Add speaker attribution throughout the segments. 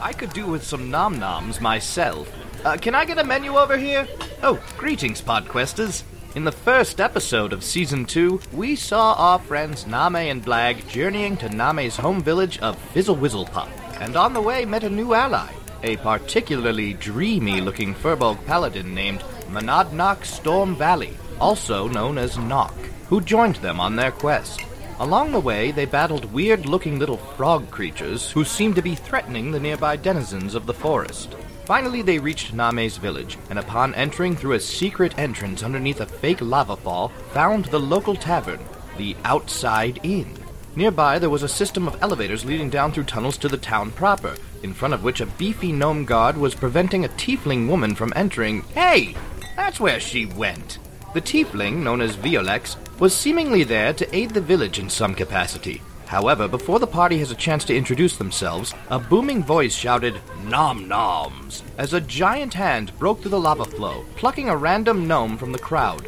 Speaker 1: I could do with some nom noms myself. Uh, can I get a menu over here? Oh, greetings, Podquesters. In the first episode of Season 2, we saw our friends Name and Blag journeying to Name's home village of Fizzlewizzlepop, and on the way met a new ally, a particularly dreamy looking Furbolg paladin named Monadnock Storm Valley, also known as Nock, who joined them on their quest. Along the way, they battled weird looking little frog creatures who seemed to be threatening the nearby denizens of the forest. Finally, they reached Name's village, and upon entering through a secret entrance underneath a fake lava fall, found the local tavern, the Outside Inn. Nearby, there was a system of elevators leading down through tunnels to the town proper, in front of which a beefy gnome guard was preventing a tiefling woman from entering. Hey! That's where she went! The tiefling, known as Violex, was seemingly there to aid the village in some capacity. However, before the party has a chance to introduce themselves, a booming voice shouted, Nom Noms! as a giant hand broke through the lava flow, plucking a random gnome from the crowd.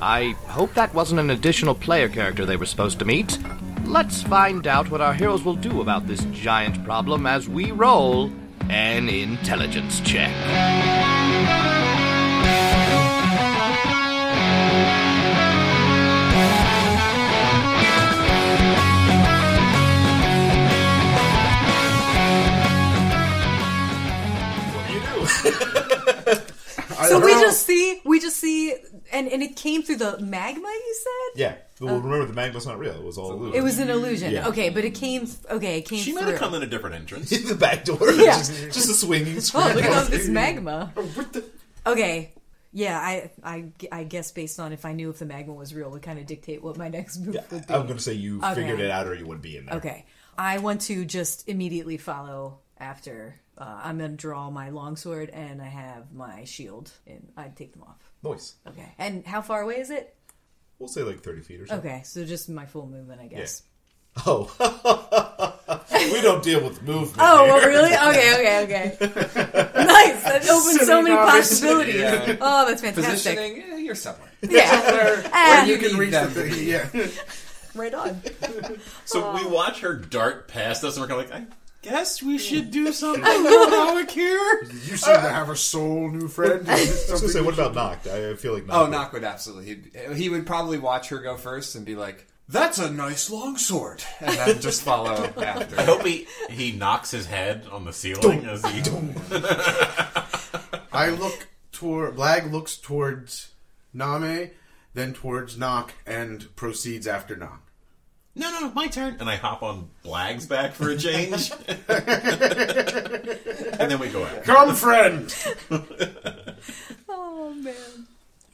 Speaker 1: I hope that wasn't an additional player character they were supposed to meet. Let's find out what our heroes will do about this giant problem as we roll an intelligence check.
Speaker 2: So we just see, we just see, and, and it came through the magma. You said
Speaker 3: Yeah. Well, remember, the magma's not real. It was all illusion.
Speaker 2: it was an illusion.
Speaker 3: Yeah.
Speaker 2: Okay, but it came. Okay, it came.
Speaker 4: She might
Speaker 2: through.
Speaker 4: have come in a different entrance.
Speaker 3: the back door.
Speaker 2: Yeah.
Speaker 3: Just, just a swinging screen.
Speaker 2: Oh, look at all this magma.
Speaker 3: What the-
Speaker 2: Okay. Yeah, I, I, I guess based on if I knew if the magma was real, would kind of dictate what my next move would be.
Speaker 3: I'm going to say you
Speaker 2: Okay.
Speaker 3: figured it out or you would be in there.
Speaker 2: Okay. I want to just immediately follow after. Uh, I'm going to draw my longsword and I have my shield and I'd take them off.
Speaker 3: Noise.
Speaker 2: Okay. And how far away is it?
Speaker 3: We'll say like 30 feet or something.
Speaker 2: Okay, so just my full movement, I guess.
Speaker 3: Oh. we don't deal with movement.
Speaker 2: Oh,
Speaker 3: here.
Speaker 2: well, really? Okay, okay, okay. nice. That opens so many
Speaker 5: Cinematography.
Speaker 2: possibilities.
Speaker 5: Yeah.
Speaker 2: Oh, that's fantastic.
Speaker 5: Positioning, eh, you're somewhere.
Speaker 2: Yeah.
Speaker 5: Where,
Speaker 2: Ah.
Speaker 5: where you can reach
Speaker 6: Reach the
Speaker 5: them.
Speaker 6: thing, yeah.
Speaker 2: right on.
Speaker 4: So we watch her dart past us, and we're kind of like, I guess we should do something heroic here.
Speaker 6: You seem to have a soul, new friend. Is this
Speaker 3: I was
Speaker 6: something
Speaker 3: going to say, what
Speaker 6: you
Speaker 3: about knocked? I feel like
Speaker 5: Oh,
Speaker 3: knocked.
Speaker 5: Knock would absolutely. He'd, he would probably watch her go first and be like, "That's a nice long sword," and then just follow after.
Speaker 4: I hope he he knocks his head on the ceiling as he.
Speaker 6: I look toward Blag looks towards Name, then towards Knock, and proceeds after Knock.
Speaker 4: No, no, no, my turn. And I hop on Blag's back for a change, and then we go out.
Speaker 6: Come, friend.
Speaker 2: Oh, man.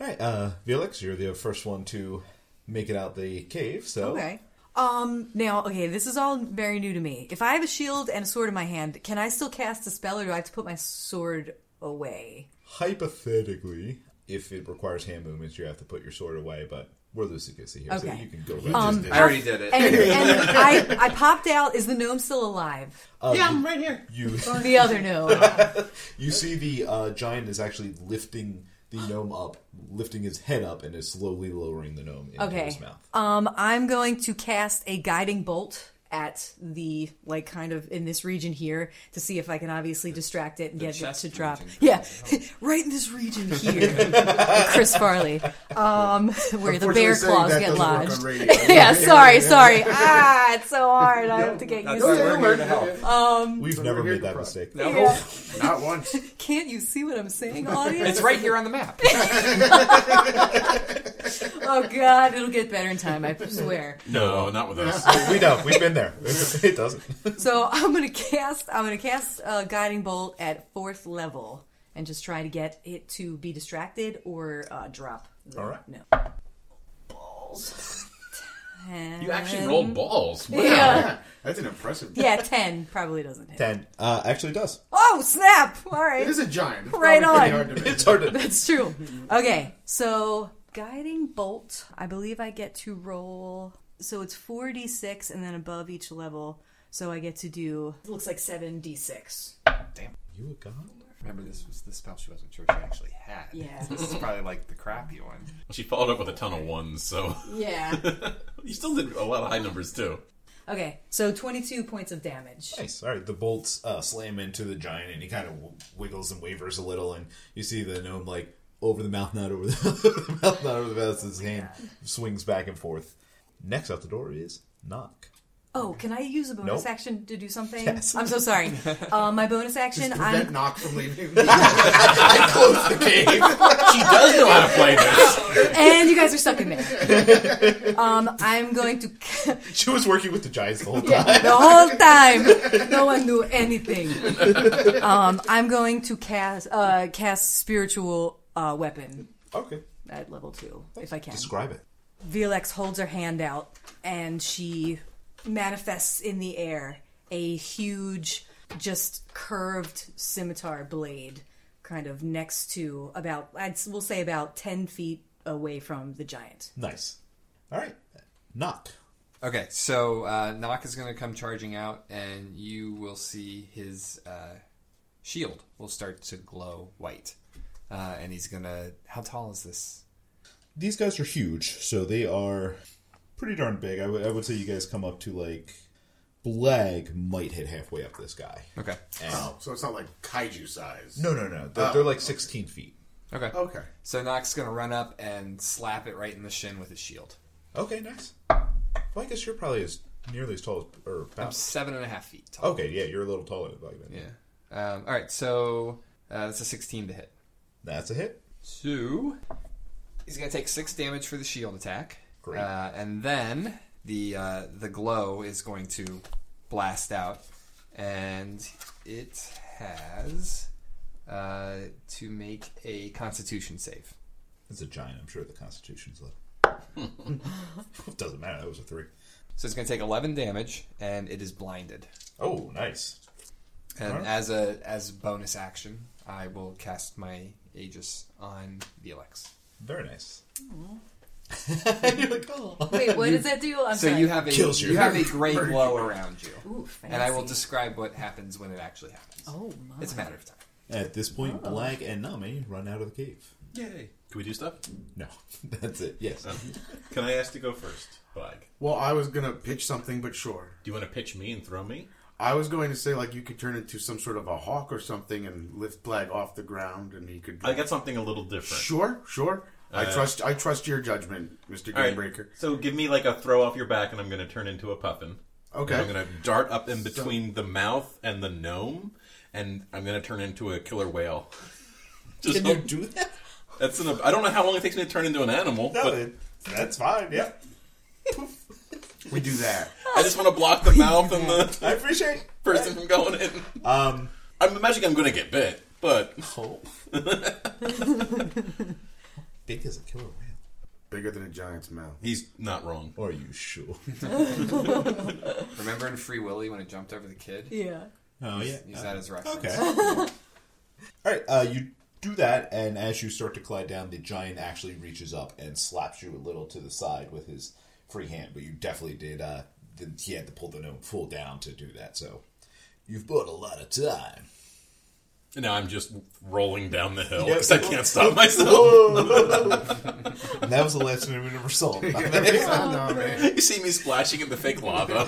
Speaker 3: All right, uh, Felix, you're the first one to make it out the cave, so.
Speaker 2: Okay. Um. Now, okay, this is all very new to me. If I have a shield and a sword in my hand, can I still cast a spell, or do I have to put my sword away?
Speaker 3: Hypothetically, if it requires hand movements, you have to put your sword away, but we're loosey goosey here, so
Speaker 2: Okay.
Speaker 3: you can go back.
Speaker 2: Um,
Speaker 5: I already did it.
Speaker 2: And, and I, I popped out. Is the gnome still alive?
Speaker 4: yeah, I'm right here.
Speaker 3: you,
Speaker 2: The other gnome.
Speaker 3: you see the uh, giant is actually lifting the gnome up, lifting his head up, and is slowly lowering the gnome into
Speaker 2: Okay.
Speaker 3: his mouth.
Speaker 2: Um. I'm going to cast a guiding bolt at the like kind of in this region here to see if I can obviously distract it and get it
Speaker 5: chest
Speaker 2: to drop.
Speaker 5: region.
Speaker 2: Yeah, right in this region here. Chris Farley. Um. Where the bear
Speaker 6: Unfortunately, saying
Speaker 2: claws
Speaker 6: that
Speaker 2: get
Speaker 6: doesn't work
Speaker 2: lodged.
Speaker 6: on radio.
Speaker 2: yeah, sorry, sorry. Ah, it's so hard. I have to get used
Speaker 5: That's
Speaker 2: to
Speaker 5: why
Speaker 2: it.
Speaker 5: we're here to help.
Speaker 3: We've never
Speaker 6: here
Speaker 3: made
Speaker 6: to
Speaker 3: that
Speaker 6: cry.
Speaker 3: mistake.
Speaker 5: No,
Speaker 2: Yeah.
Speaker 6: Not once.
Speaker 2: Can't you see what I'm saying, audience?
Speaker 5: It's right here on the map.
Speaker 2: Oh God, it'll get better in time. I swear.
Speaker 4: No, not with us.
Speaker 3: we know. We've been there. it doesn't.
Speaker 2: So I'm gonna cast. I'm gonna cast a guiding bolt at fourth level and just try to get it to be distracted or uh, drop. The,
Speaker 3: All right.
Speaker 2: No. Balls. Ten.
Speaker 4: You actually rolled balls. Wow.
Speaker 2: Yeah.
Speaker 6: That's an impressive.
Speaker 2: Yeah, ten probably doesn't hit.
Speaker 3: Ten uh, actually does.
Speaker 2: Oh snap! All
Speaker 6: It
Speaker 2: right,
Speaker 6: is a giant. It's
Speaker 2: Right
Speaker 6: probably pretty
Speaker 2: on.
Speaker 6: hard to miss.
Speaker 3: It's hard to.
Speaker 2: that's true. Okay, so guiding bolt. I believe I get to roll. So it's four d six, and then above each level. So I get to do. It looks like seven d six.
Speaker 3: You a god?
Speaker 5: Remember, this was the spell she wasn't sure she actually had.
Speaker 2: Yeah.
Speaker 5: This is probably like the crappy one.
Speaker 4: She followed up with a ton of ones, so
Speaker 2: Yeah.
Speaker 4: you still did a lot of high numbers too.
Speaker 2: Okay, so 22 points of damage.
Speaker 3: Nice. All right, the bolts uh, slam into the giant, and he kind of w- wiggles and wavers a little, and you see the gnome like over the mouth, not over the mouth, not over the mouth. His hand swings back and forth. Next out the door is knock.
Speaker 2: Oh, can I use a bonus
Speaker 3: Nope.
Speaker 2: action to do something?
Speaker 3: Yes.
Speaker 2: I'm so sorry. uh, my bonus action,
Speaker 6: Prevent
Speaker 2: I'm
Speaker 6: knock from leaving.
Speaker 4: She does know how to play this.
Speaker 2: and you guys are stuck in me. um, I'm going to
Speaker 3: She was working with the giants the whole time.
Speaker 2: the whole time. No one knew anything. Um, I'm going to cast uh, cast spiritual uh, weapon
Speaker 3: Okay,
Speaker 2: at level two if I can.
Speaker 3: describe it.
Speaker 2: Velex holds her hand out and she manifests in the air a huge, just curved scimitar blade, kind of next to about, I'd, we'll say about 10 feet away from the giant.
Speaker 3: Nice. All right, knock.
Speaker 5: Okay, so uh, Nock is going to come charging out, and you will see his uh, shield will start to glow white. Uh, and he's going to. How tall is this?
Speaker 3: These guys are huge, so they are pretty darn big. I would- I would say you guys come up to like Blag might hit halfway up this guy.
Speaker 5: Okay.
Speaker 3: And-
Speaker 6: Oh, so it's not like kaiju size.
Speaker 3: No, no, no. They're,
Speaker 6: Oh,
Speaker 3: they're like 16 feet.
Speaker 5: Okay.
Speaker 6: Okay.
Speaker 5: So Nock's going to run up and slap it right in the shin with his shield.
Speaker 3: Okay, nice. Well, I guess you're probably as nearly as tall as or
Speaker 5: I'm
Speaker 3: about.
Speaker 5: seven and a half feet tall.
Speaker 3: Okay, yeah, you're a little taller than Blackman.
Speaker 5: Yeah. Um, all right, so uh, that's a 16 to hit.
Speaker 3: That's a hit.
Speaker 5: So he's going to take six damage for the shield attack.
Speaker 3: Great.
Speaker 5: Uh, and then the uh, the glow is going to blast out, and it has uh, to make a Constitution save.
Speaker 3: It's a giant. I'm sure the Constitution's low. Doesn't matter. That was a three.
Speaker 5: So it's going to take 11 damage, and it is blinded.
Speaker 3: Oh, nice.
Speaker 5: And
Speaker 3: Alright.
Speaker 5: as a as bonus action, I will cast my Aegis on Velix.
Speaker 3: Very nice. you're like, oh.
Speaker 2: Wait, what does that do? I'm
Speaker 5: So you have a
Speaker 3: Kills you.
Speaker 5: you have a gray glow around you,
Speaker 2: Ooh,
Speaker 5: and I will
Speaker 2: fancy.
Speaker 5: describe what happens when it actually happens.
Speaker 2: Oh, my.
Speaker 5: It's a matter of time.
Speaker 3: At this point, Blag and Nami run out of the cave.
Speaker 5: Yay!
Speaker 4: Can we do stuff?
Speaker 3: No, that's it. Yes.
Speaker 4: Can I ask to go first, Bug?
Speaker 6: Well, I was gonna pitch something, but sure.
Speaker 4: Do you want to pitch me and throw me?
Speaker 6: I was going to say like you could turn into some sort of a hawk or something and lift Blag off the ground, and he could.
Speaker 4: I got something a little different.
Speaker 6: Sure, sure. I trust. I trust your judgment, Mister
Speaker 4: Uh, All right,
Speaker 6: Gamebreaker.
Speaker 4: So give me like a throw off your back, and I'm going to turn into a puffin.
Speaker 6: Okay.
Speaker 4: And I'm going to dart up in between the mouth and the gnome, and I'm going to turn into a killer whale. Just hope-
Speaker 3: do that?
Speaker 4: that's an, I don't know how long it takes me to turn into an animal,
Speaker 3: No,
Speaker 4: but
Speaker 3: it- that's fine. Yeah.
Speaker 6: We do that.
Speaker 4: I just want to block the mouth and the
Speaker 3: I appreciate
Speaker 4: person from going in.
Speaker 3: Um,
Speaker 4: I'm imagining I'm going to get bit, but
Speaker 3: oh. Big as a killer whale.
Speaker 6: Bigger than a giant's mouth.
Speaker 4: he's not wrong.
Speaker 3: Are you sure?
Speaker 5: Remember in Free Willy when it jumped over the kid?
Speaker 2: Yeah.
Speaker 3: Oh, yeah.
Speaker 5: Use that as reference.
Speaker 3: Okay. All right. Uh, you do that, and as you start to glide down, the giant actually reaches up and slaps you a little to the side with his free hand. But you definitely did. Uh, the, he had to pull the gnome full down to do that. So you've bought a lot of time.
Speaker 4: And now I'm just rolling down the hill
Speaker 3: Yeah.
Speaker 4: because I can't stop myself.
Speaker 3: and that was the last minute we ever saw.
Speaker 6: No, man.
Speaker 4: you see me splashing in the fake lava.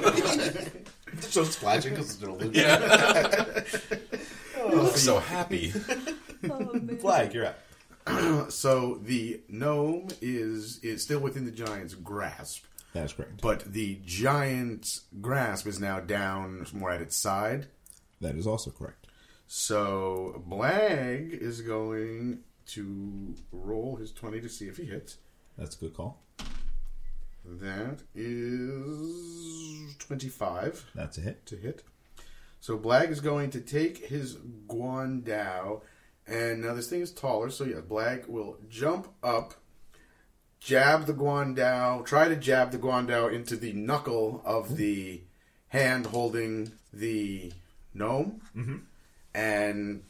Speaker 3: so splashing because it's an yeah.
Speaker 4: yeah. I'm so happy.
Speaker 3: flag. You're up.
Speaker 6: So the gnome is is still within the giant's grasp,
Speaker 3: That is correct.
Speaker 6: but the giant's grasp is now down more at its side.
Speaker 3: That is also correct.
Speaker 6: So Blag is going to roll his twenty to see if he hits.
Speaker 3: That's a good call.
Speaker 6: That is twenty five
Speaker 3: That's a hit.
Speaker 6: to hit. So Blag is going to take his Guandao, and now this thing is taller, so yeah, Blag will jump up, jab the Guandao, try to jab the Guandao into the knuckle of the hand holding the gnome, and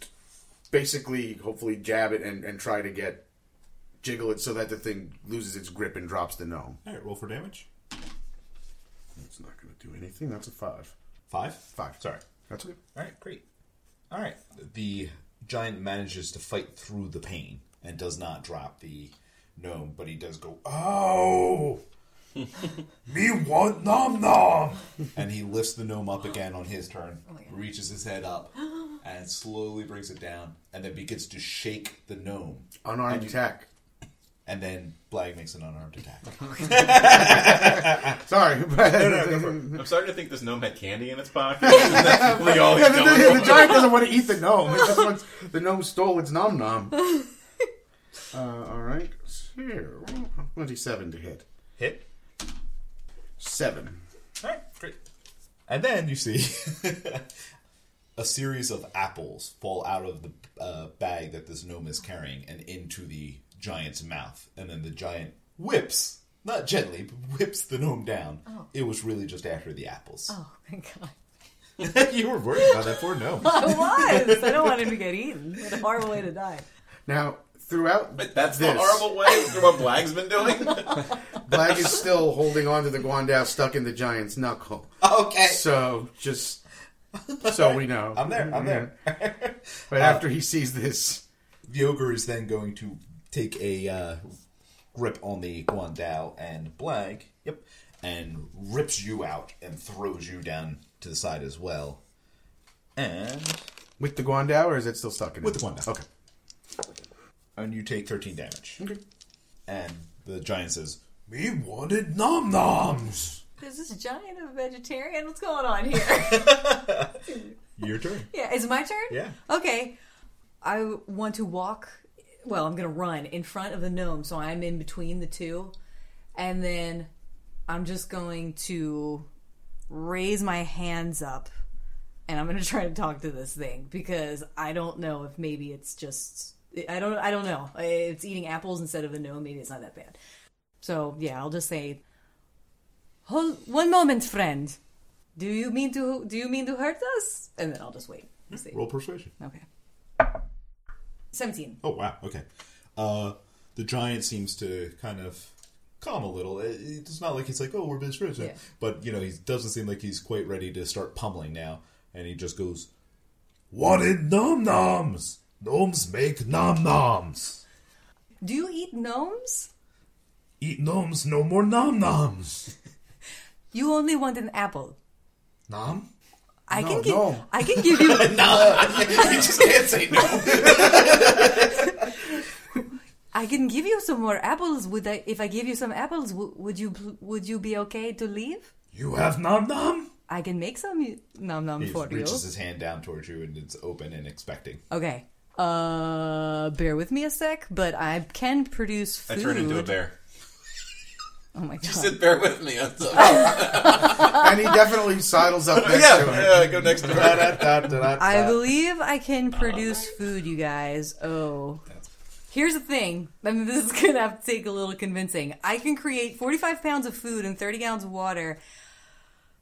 Speaker 6: basically, hopefully, jab it and, and try to get jiggle it so that the thing loses its grip and drops the gnome.
Speaker 3: All right. Roll for damage.
Speaker 6: It's not going to do anything. That's a five.
Speaker 3: Five.
Speaker 6: Five.
Speaker 3: Sorry.
Speaker 6: That's okay.
Speaker 3: All right, great. All right. The giant manages to fight through the pain and does not drop the gnome, but he does go, oh! Me want nom nom. and he lifts the gnome up again on his turn, reaches his head up, and slowly brings it down, and then begins to shake the gnome.
Speaker 6: Unarmed attack.
Speaker 3: And then Blag makes an unarmed attack.
Speaker 6: Sorry, but
Speaker 4: I'm starting to think this gnome had candy in its pocket. That's really all he's
Speaker 6: the,
Speaker 4: going for.
Speaker 6: the- the giant doesn't want to eat the gnome. It just wants, the gnome stole its nom nom. Uh, all right, so twenty-seven to hit.
Speaker 3: Hit.
Speaker 6: Seven.
Speaker 3: All right, great. And then you see a series of apples fall out of the uh, bag that this gnome is carrying and into the giant's mouth. And then the giant whips, not gently, but whips the gnome down. It was really just after the apples.
Speaker 2: Oh, thank God.
Speaker 3: you were worried about that poor gnome.
Speaker 2: I was. I don't want him to get eaten. What a horrible way to die.
Speaker 6: Now, throughout
Speaker 4: But that's
Speaker 6: this,
Speaker 4: the horrible way through what Blag's been doing.
Speaker 6: Blag is still holding on to the Guandao stuck in the giant's knuckle.
Speaker 3: okay.
Speaker 6: So just so we know,
Speaker 3: I'm there, I'm there.
Speaker 6: But after he sees this,
Speaker 3: The ogre is then going to take a uh, grip on the Guandao and Blag. Yep. And rips you out and throws you down to the side as well. And
Speaker 6: with the Guandao, or is it still stuck in
Speaker 3: With
Speaker 6: it?
Speaker 3: the Guandao.
Speaker 6: Okay.
Speaker 3: and you take 13 damage. And the giant says, We wanted nom noms!
Speaker 2: Is this giant a vegetarian? What's going on here?
Speaker 3: Your turn.
Speaker 2: yeah, is it my turn?
Speaker 3: Yeah.
Speaker 2: Okay. I want to walk. Well, I'm going to run in front of the gnome, so I'm in between the two. And then I'm just going to raise my hands up and I'm going to try to talk to this thing because I don't know if maybe it's just I don't I don't know. It's eating apples instead of a gnome, maybe it's not that bad. So, yeah, I'll just say Hold one moment, friend. Do you mean to do you mean to hurt us? And then I'll just wait. and see.
Speaker 3: Roll persuasion.
Speaker 2: Okay. 17.
Speaker 3: Oh, wow. Okay. Uh, the giant seems to kind of calm a little. It- It's not like he's like, oh, we're best friends now.
Speaker 2: Yeah.
Speaker 3: But, you know, he doesn't seem like he's quite ready to start pummeling now. And he just goes, Wanted nom noms! Gnomes make nom noms!
Speaker 2: Do you eat gnomes?
Speaker 3: Eat gnomes, no more nom noms!
Speaker 2: You only want an apple.
Speaker 3: Nom?
Speaker 2: I
Speaker 6: No,
Speaker 2: can give
Speaker 6: no.
Speaker 2: I can give you
Speaker 3: you just can't say no!
Speaker 2: I can give you some more apples. Would I if I give you some apples w- would you pl- would you be okay to leave?
Speaker 3: You have nom nom?
Speaker 2: I can make some y- nom nom
Speaker 3: He
Speaker 2: for you.
Speaker 3: reaches his hand down towards you and it's open and expecting.
Speaker 2: Okay. Uh bear with me a sec, but I can produce
Speaker 4: I
Speaker 2: food.
Speaker 4: turn into a bear.
Speaker 2: Oh my god.
Speaker 4: Sit bear with me. That's
Speaker 6: and he definitely sidles up next
Speaker 4: Oh, yeah,
Speaker 6: to him.
Speaker 4: yeah, go next to her.
Speaker 2: I believe I can produce food, you guys. Oh. Here's the thing, and this is gonna have to take a little convincing. I can create 45 pounds of food and 30 gallons of water.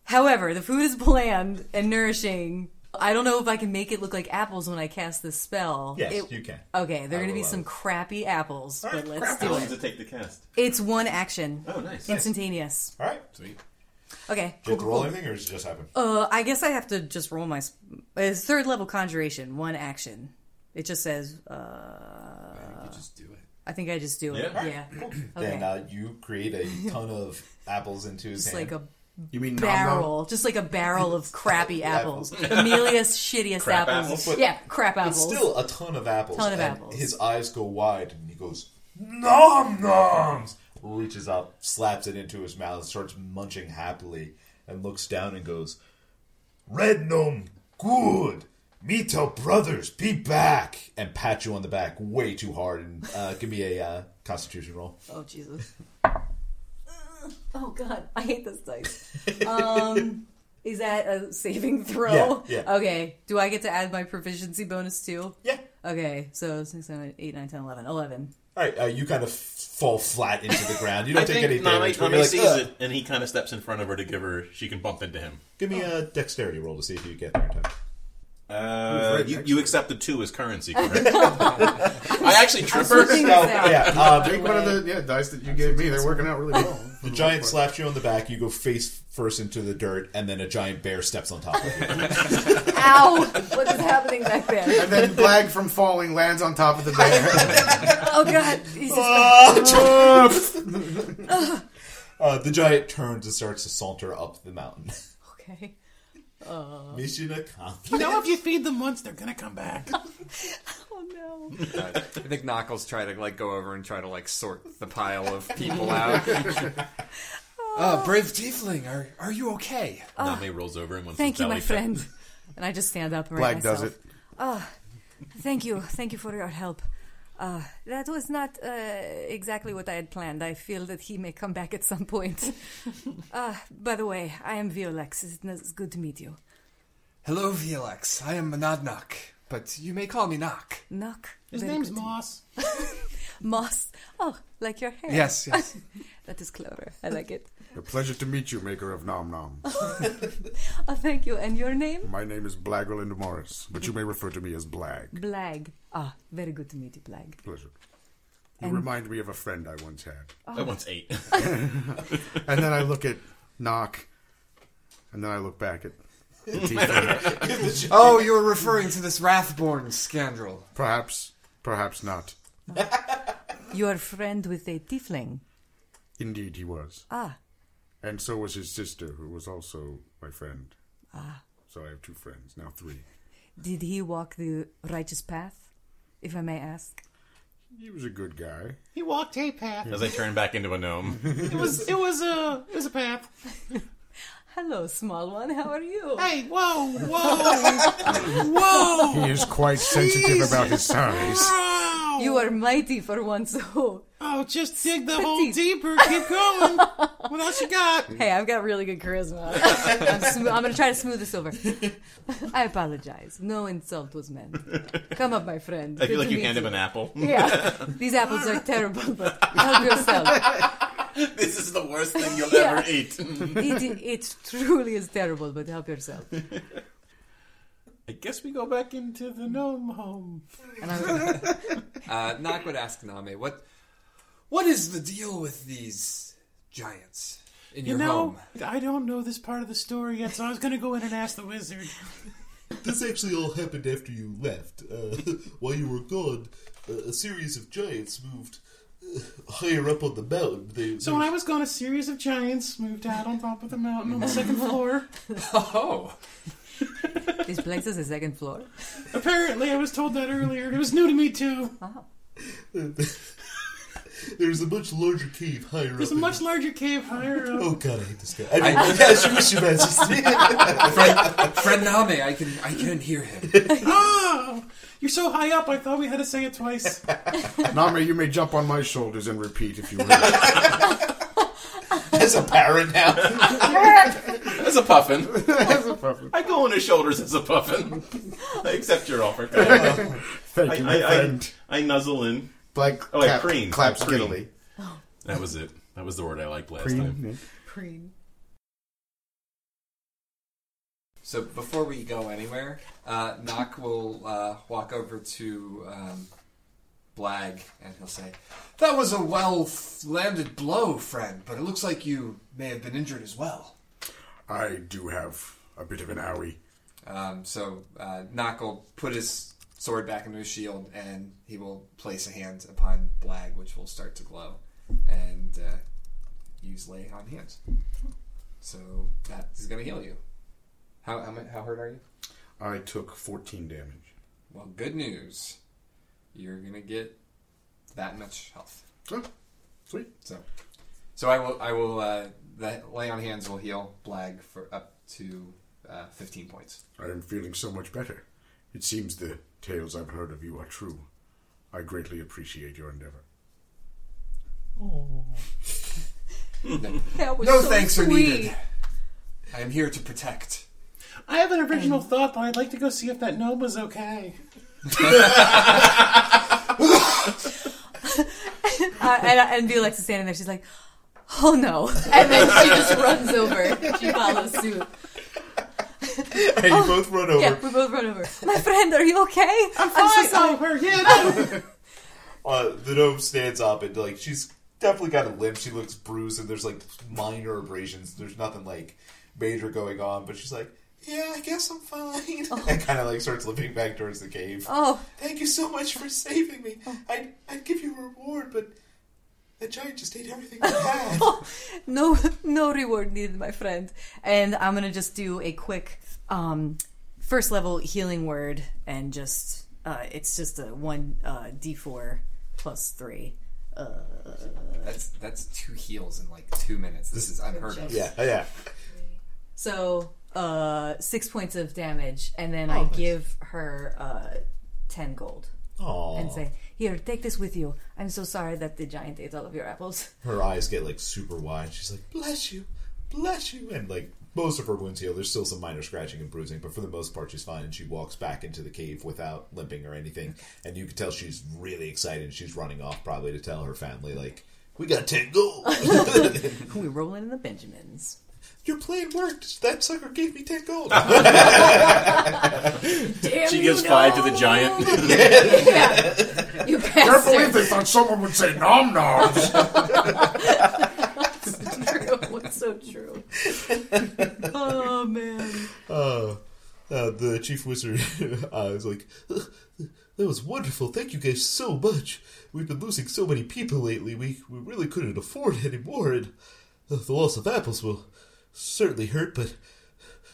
Speaker 2: However, the food is bland and nourishing. I don't know if I can make it look like apples when I cast this spell.
Speaker 3: Yes,
Speaker 2: It- Uh,
Speaker 3: you can.
Speaker 2: Okay, they're
Speaker 3: I
Speaker 2: gonna
Speaker 3: will
Speaker 2: be
Speaker 3: allow
Speaker 2: some
Speaker 3: it.
Speaker 2: crappy apples, but let's
Speaker 4: How
Speaker 2: do
Speaker 4: long does
Speaker 2: it.
Speaker 4: it take to cast?
Speaker 2: It's one action,
Speaker 4: Oh, nice.
Speaker 2: instantaneous.
Speaker 3: All right. Sweet.
Speaker 2: Okay,
Speaker 3: Do you have to roll anything or does it just happen?
Speaker 2: Uh, I guess I have to just roll my sp- it's third level conjuration, one action. It just says, uh,
Speaker 5: you just do it.
Speaker 2: I think I just do it.
Speaker 4: Yeah.
Speaker 2: Yeah,
Speaker 3: Then
Speaker 2: okay.
Speaker 3: uh, you create a ton of apples into his
Speaker 2: It's
Speaker 3: hand.
Speaker 2: like a
Speaker 6: You mean nom
Speaker 2: barrel, just like a barrel of crappy apples. Amelia's shittiest
Speaker 4: Crap
Speaker 2: apples.
Speaker 4: apples, but-
Speaker 2: yeah, crap
Speaker 3: It's
Speaker 2: apples.
Speaker 3: still a ton of apples.
Speaker 2: Ton of
Speaker 3: and
Speaker 2: apples.
Speaker 3: His eyes go wide and he goes, Nom noms! Reaches up, slaps it into his mouth, starts munching happily, and looks down and goes, Red gnome, good! Meet our brothers, be back! And pat you on the back way too hard and uh, give me a uh, constitution roll.
Speaker 2: oh Jesus. oh God, I hate this dice. Um, is that a saving throw?
Speaker 3: Yeah, yeah.
Speaker 2: Okay. Do I get to add my proficiency bonus too?
Speaker 3: Yeah.
Speaker 2: Okay, so six, seven, eight, nine, ten, eleven, eleven.
Speaker 3: Alright, uh, you kind of fall flat into the ground. You
Speaker 4: I
Speaker 3: don't take any
Speaker 4: think Nami,
Speaker 3: damage. but
Speaker 4: Nami
Speaker 3: you're like,
Speaker 4: sees
Speaker 3: "Ugh."
Speaker 4: it, and he kind of steps in front of her to give her. She can bump into him.
Speaker 3: Give me a dexterity roll to see if you get there in time.
Speaker 4: Uh, you, you accepted two as currency, correct? I actually trip her.
Speaker 2: Something
Speaker 3: No,
Speaker 2: is out.
Speaker 3: yeah, um,
Speaker 6: Take one of the yeah dice that you gave me. They're working out really well.
Speaker 3: The giant slaps you on the back. You go face first into the dirt, and then a giant bear steps on top of you.
Speaker 2: Ow! What is happening back there?
Speaker 6: And then Blag from falling lands on top of the bear.
Speaker 3: Ah.
Speaker 2: Oh god! He's just,
Speaker 3: Uh, the giant turns and starts to saunter up the mountain.
Speaker 2: Okay.
Speaker 3: Mission accomplished.
Speaker 4: You know, if you feed them once, they're gonna come back.
Speaker 2: Oh no.
Speaker 5: Uh, I think Knuckles try to like go over and try to like sort the pile of people out. Uh, brave tiefling, are are you okay?
Speaker 4: Nami rolls over and wants
Speaker 2: Thank
Speaker 4: some
Speaker 2: you, my
Speaker 4: belly pat.
Speaker 2: friend. And I just stand up. and
Speaker 6: Black
Speaker 2: write
Speaker 6: does
Speaker 2: myself.
Speaker 6: it.
Speaker 2: Thank you. Thank you for your help. Uh, that was not uh, exactly what I had planned. I feel that he may come back at some point. uh, by the way, I am Violex. It's- It's good to meet you.
Speaker 5: Hello, Velex. I am Monadnock, but you may call me Knock.
Speaker 2: Knock.
Speaker 4: His
Speaker 2: Very
Speaker 4: name's
Speaker 2: good to-
Speaker 4: Moss.
Speaker 2: Moss. Oh, like your hair.
Speaker 5: Yes, yes.
Speaker 2: That is clever. I like it.
Speaker 6: A pleasure to meet you, maker of Nom Nom.
Speaker 2: Oh, thank you. And your name?
Speaker 6: My name is Blag Orlando Morris, but you may refer to me as Blag.
Speaker 2: Blag. Ah, very good to meet you, Blag.
Speaker 6: Pleasure. You remind me of a friend I once had.
Speaker 2: Oh.
Speaker 4: That one's eight.
Speaker 6: And then I look at Knock, and then I look back at the tiefling.
Speaker 5: oh, you're referring to this Wrathborn scoundrel.
Speaker 6: Perhaps, perhaps not.
Speaker 2: Your friend with a tiefling.
Speaker 6: Indeed, he was.
Speaker 2: Ah.
Speaker 6: And so was his sister, who was also my friend. Ah. So I have two friends, now three.
Speaker 2: Did he walk the righteous path, if I may ask?
Speaker 6: He was a good guy.
Speaker 4: He walked a path. As I turn back into a gnome. it was it was a it was a path.
Speaker 2: Hello, small one. How are you?
Speaker 4: Hey, whoa, whoa, whoa,
Speaker 6: He is quite sensitive about his size.
Speaker 4: wow.
Speaker 2: You are mighty for once. Oh,
Speaker 4: Oh, just dig the
Speaker 2: Petite.
Speaker 4: deeper. Keep going. What else you got?
Speaker 2: hey, I've got really good charisma. I'm, smo- I'm going to try to smooth this over. I apologize. No insult was meant. Come up, my friend.
Speaker 4: I feel
Speaker 2: Good
Speaker 4: like
Speaker 2: to
Speaker 4: you
Speaker 2: meet
Speaker 4: hand him an apple.
Speaker 2: Yeah, these apples are terrible, but help yourself.
Speaker 4: this is the worst thing you'll
Speaker 2: Yeah.
Speaker 4: ever eat.
Speaker 2: It, it truly is terrible, but help yourself.
Speaker 4: I guess we go back into the gnome home.
Speaker 2: And I'm,
Speaker 5: Uh, Knock would ask Name, what what is the deal with these giants in
Speaker 4: You
Speaker 5: your
Speaker 4: know,
Speaker 5: home?
Speaker 4: I don't know this part of the story yet, so I was going to go in and ask the wizard.
Speaker 3: This actually all happened after you left. Uh, while you were gone, uh, a series of giants moved uh, higher up on the mountain. They,
Speaker 4: So when I was gone, a series of giants moved out on top of the mountain on the second floor.
Speaker 5: Oh,
Speaker 2: this place is the second floor.
Speaker 4: Apparently, I was told that earlier. and It was new to me too.
Speaker 3: there's a much larger cave higher
Speaker 4: There's a
Speaker 3: up. in
Speaker 4: much larger cave higher up.
Speaker 3: Oh god, I hate this guy. I mean, yes, you wish you Majesty.
Speaker 5: friend Name, I can I can hear him.
Speaker 4: Oh, you're so high up. I thought we had to say it twice.
Speaker 6: Nami, you may jump on my shoulders and repeat if you will.
Speaker 3: As a parrot now.
Speaker 4: As a puffin,
Speaker 6: Perfect.
Speaker 4: I go on his shoulders as a puffin. I accept your offer.
Speaker 6: Thank you, my friend.
Speaker 4: I nuzzle in.
Speaker 6: Black
Speaker 4: Oh, I
Speaker 6: clap-
Speaker 4: preen.
Speaker 6: claps
Speaker 4: I preen.
Speaker 6: giddily.
Speaker 4: That was it. That was the word I liked last time.
Speaker 6: Preen.
Speaker 2: Preen.
Speaker 5: So before we go anywhere, uh, Knock will uh, walk over to um, Blag and he'll say, "That was a well landed blow, friend, but it looks like you may have been injured as well."
Speaker 6: I do have a bit of an owie.
Speaker 5: Um, so uh, Knock will put his sword back into his shield, and he will place a hand upon Blag, which will start to glow, and uh, use lay on hands. So that is going to heal you. How how, mu- how hurt are you?
Speaker 6: I took 14 damage.
Speaker 5: Well, good news, you're going to get that much health.
Speaker 6: Oh, sweet.
Speaker 5: So, so I will I will uh, the lay on hands will heal Blag for up to uh, 15 points.
Speaker 6: I am feeling so much better. It seems the tales I've heard of you are true. I greatly appreciate your endeavor.
Speaker 2: That was
Speaker 5: No
Speaker 2: so
Speaker 5: thanks are
Speaker 2: sweet.
Speaker 5: needed. I am here to protect.
Speaker 4: I have an original thought, but I'd like to go see if that gnome was okay.
Speaker 2: Uh, and, and Violex is standing there. She's like, oh no. And then she just runs over. She follows suit.
Speaker 3: And you both run over.
Speaker 2: Yeah, we both run over. My friend, are you okay? I'm
Speaker 4: I
Speaker 2: so sorry.
Speaker 4: saw her. Yeah, no.
Speaker 3: Uh, the gnome stands up and like she's definitely got a limp. She looks bruised and there's like minor abrasions. There's nothing like major going on, but she's like, "Yeah, I guess I'm fine." And kind of like starts limping back towards the cave.
Speaker 2: Oh,
Speaker 3: Thank you so much for saving me. I'd I'd give you a reward, but That giant just ate everything we had. All
Speaker 2: no no reward needed my friend and i'm gonna just do a quick um first level healing word and just uh it's just a one uh d4 plus three
Speaker 5: That's that's two heals in like two minutes. This is unheard of.
Speaker 3: Yeah, yeah.
Speaker 2: so uh six points of damage and then i give her uh 10 gold
Speaker 3: Aww.
Speaker 2: and say here take this with you i'm so sorry that the giant ate all of your apples
Speaker 3: her eyes get like super wide. She's like, "Bless you, bless you," and like most of her wounds heal. There's still some minor scratching and bruising, but for the most part, she's fine. And she walks back into the cave without limping or anything. And you can tell she's really excited. She's running off probably to tell her family, like, "We got ten gold.
Speaker 2: we're rolling in the benjamins
Speaker 3: Your plan worked. That sucker gave me ten gold."
Speaker 4: She gives five to the giant.
Speaker 2: you
Speaker 6: I can't believe
Speaker 2: bastard
Speaker 6: they thought someone would say nom noms.
Speaker 2: It's so true oh man
Speaker 3: Uh, uh, the chief wizard uh, is like, "Ugh, "That was wonderful. Thank you guys so much. We've been losing so many people lately. We we really couldn't afford any more, and uh, the loss of apples will certainly hurt. But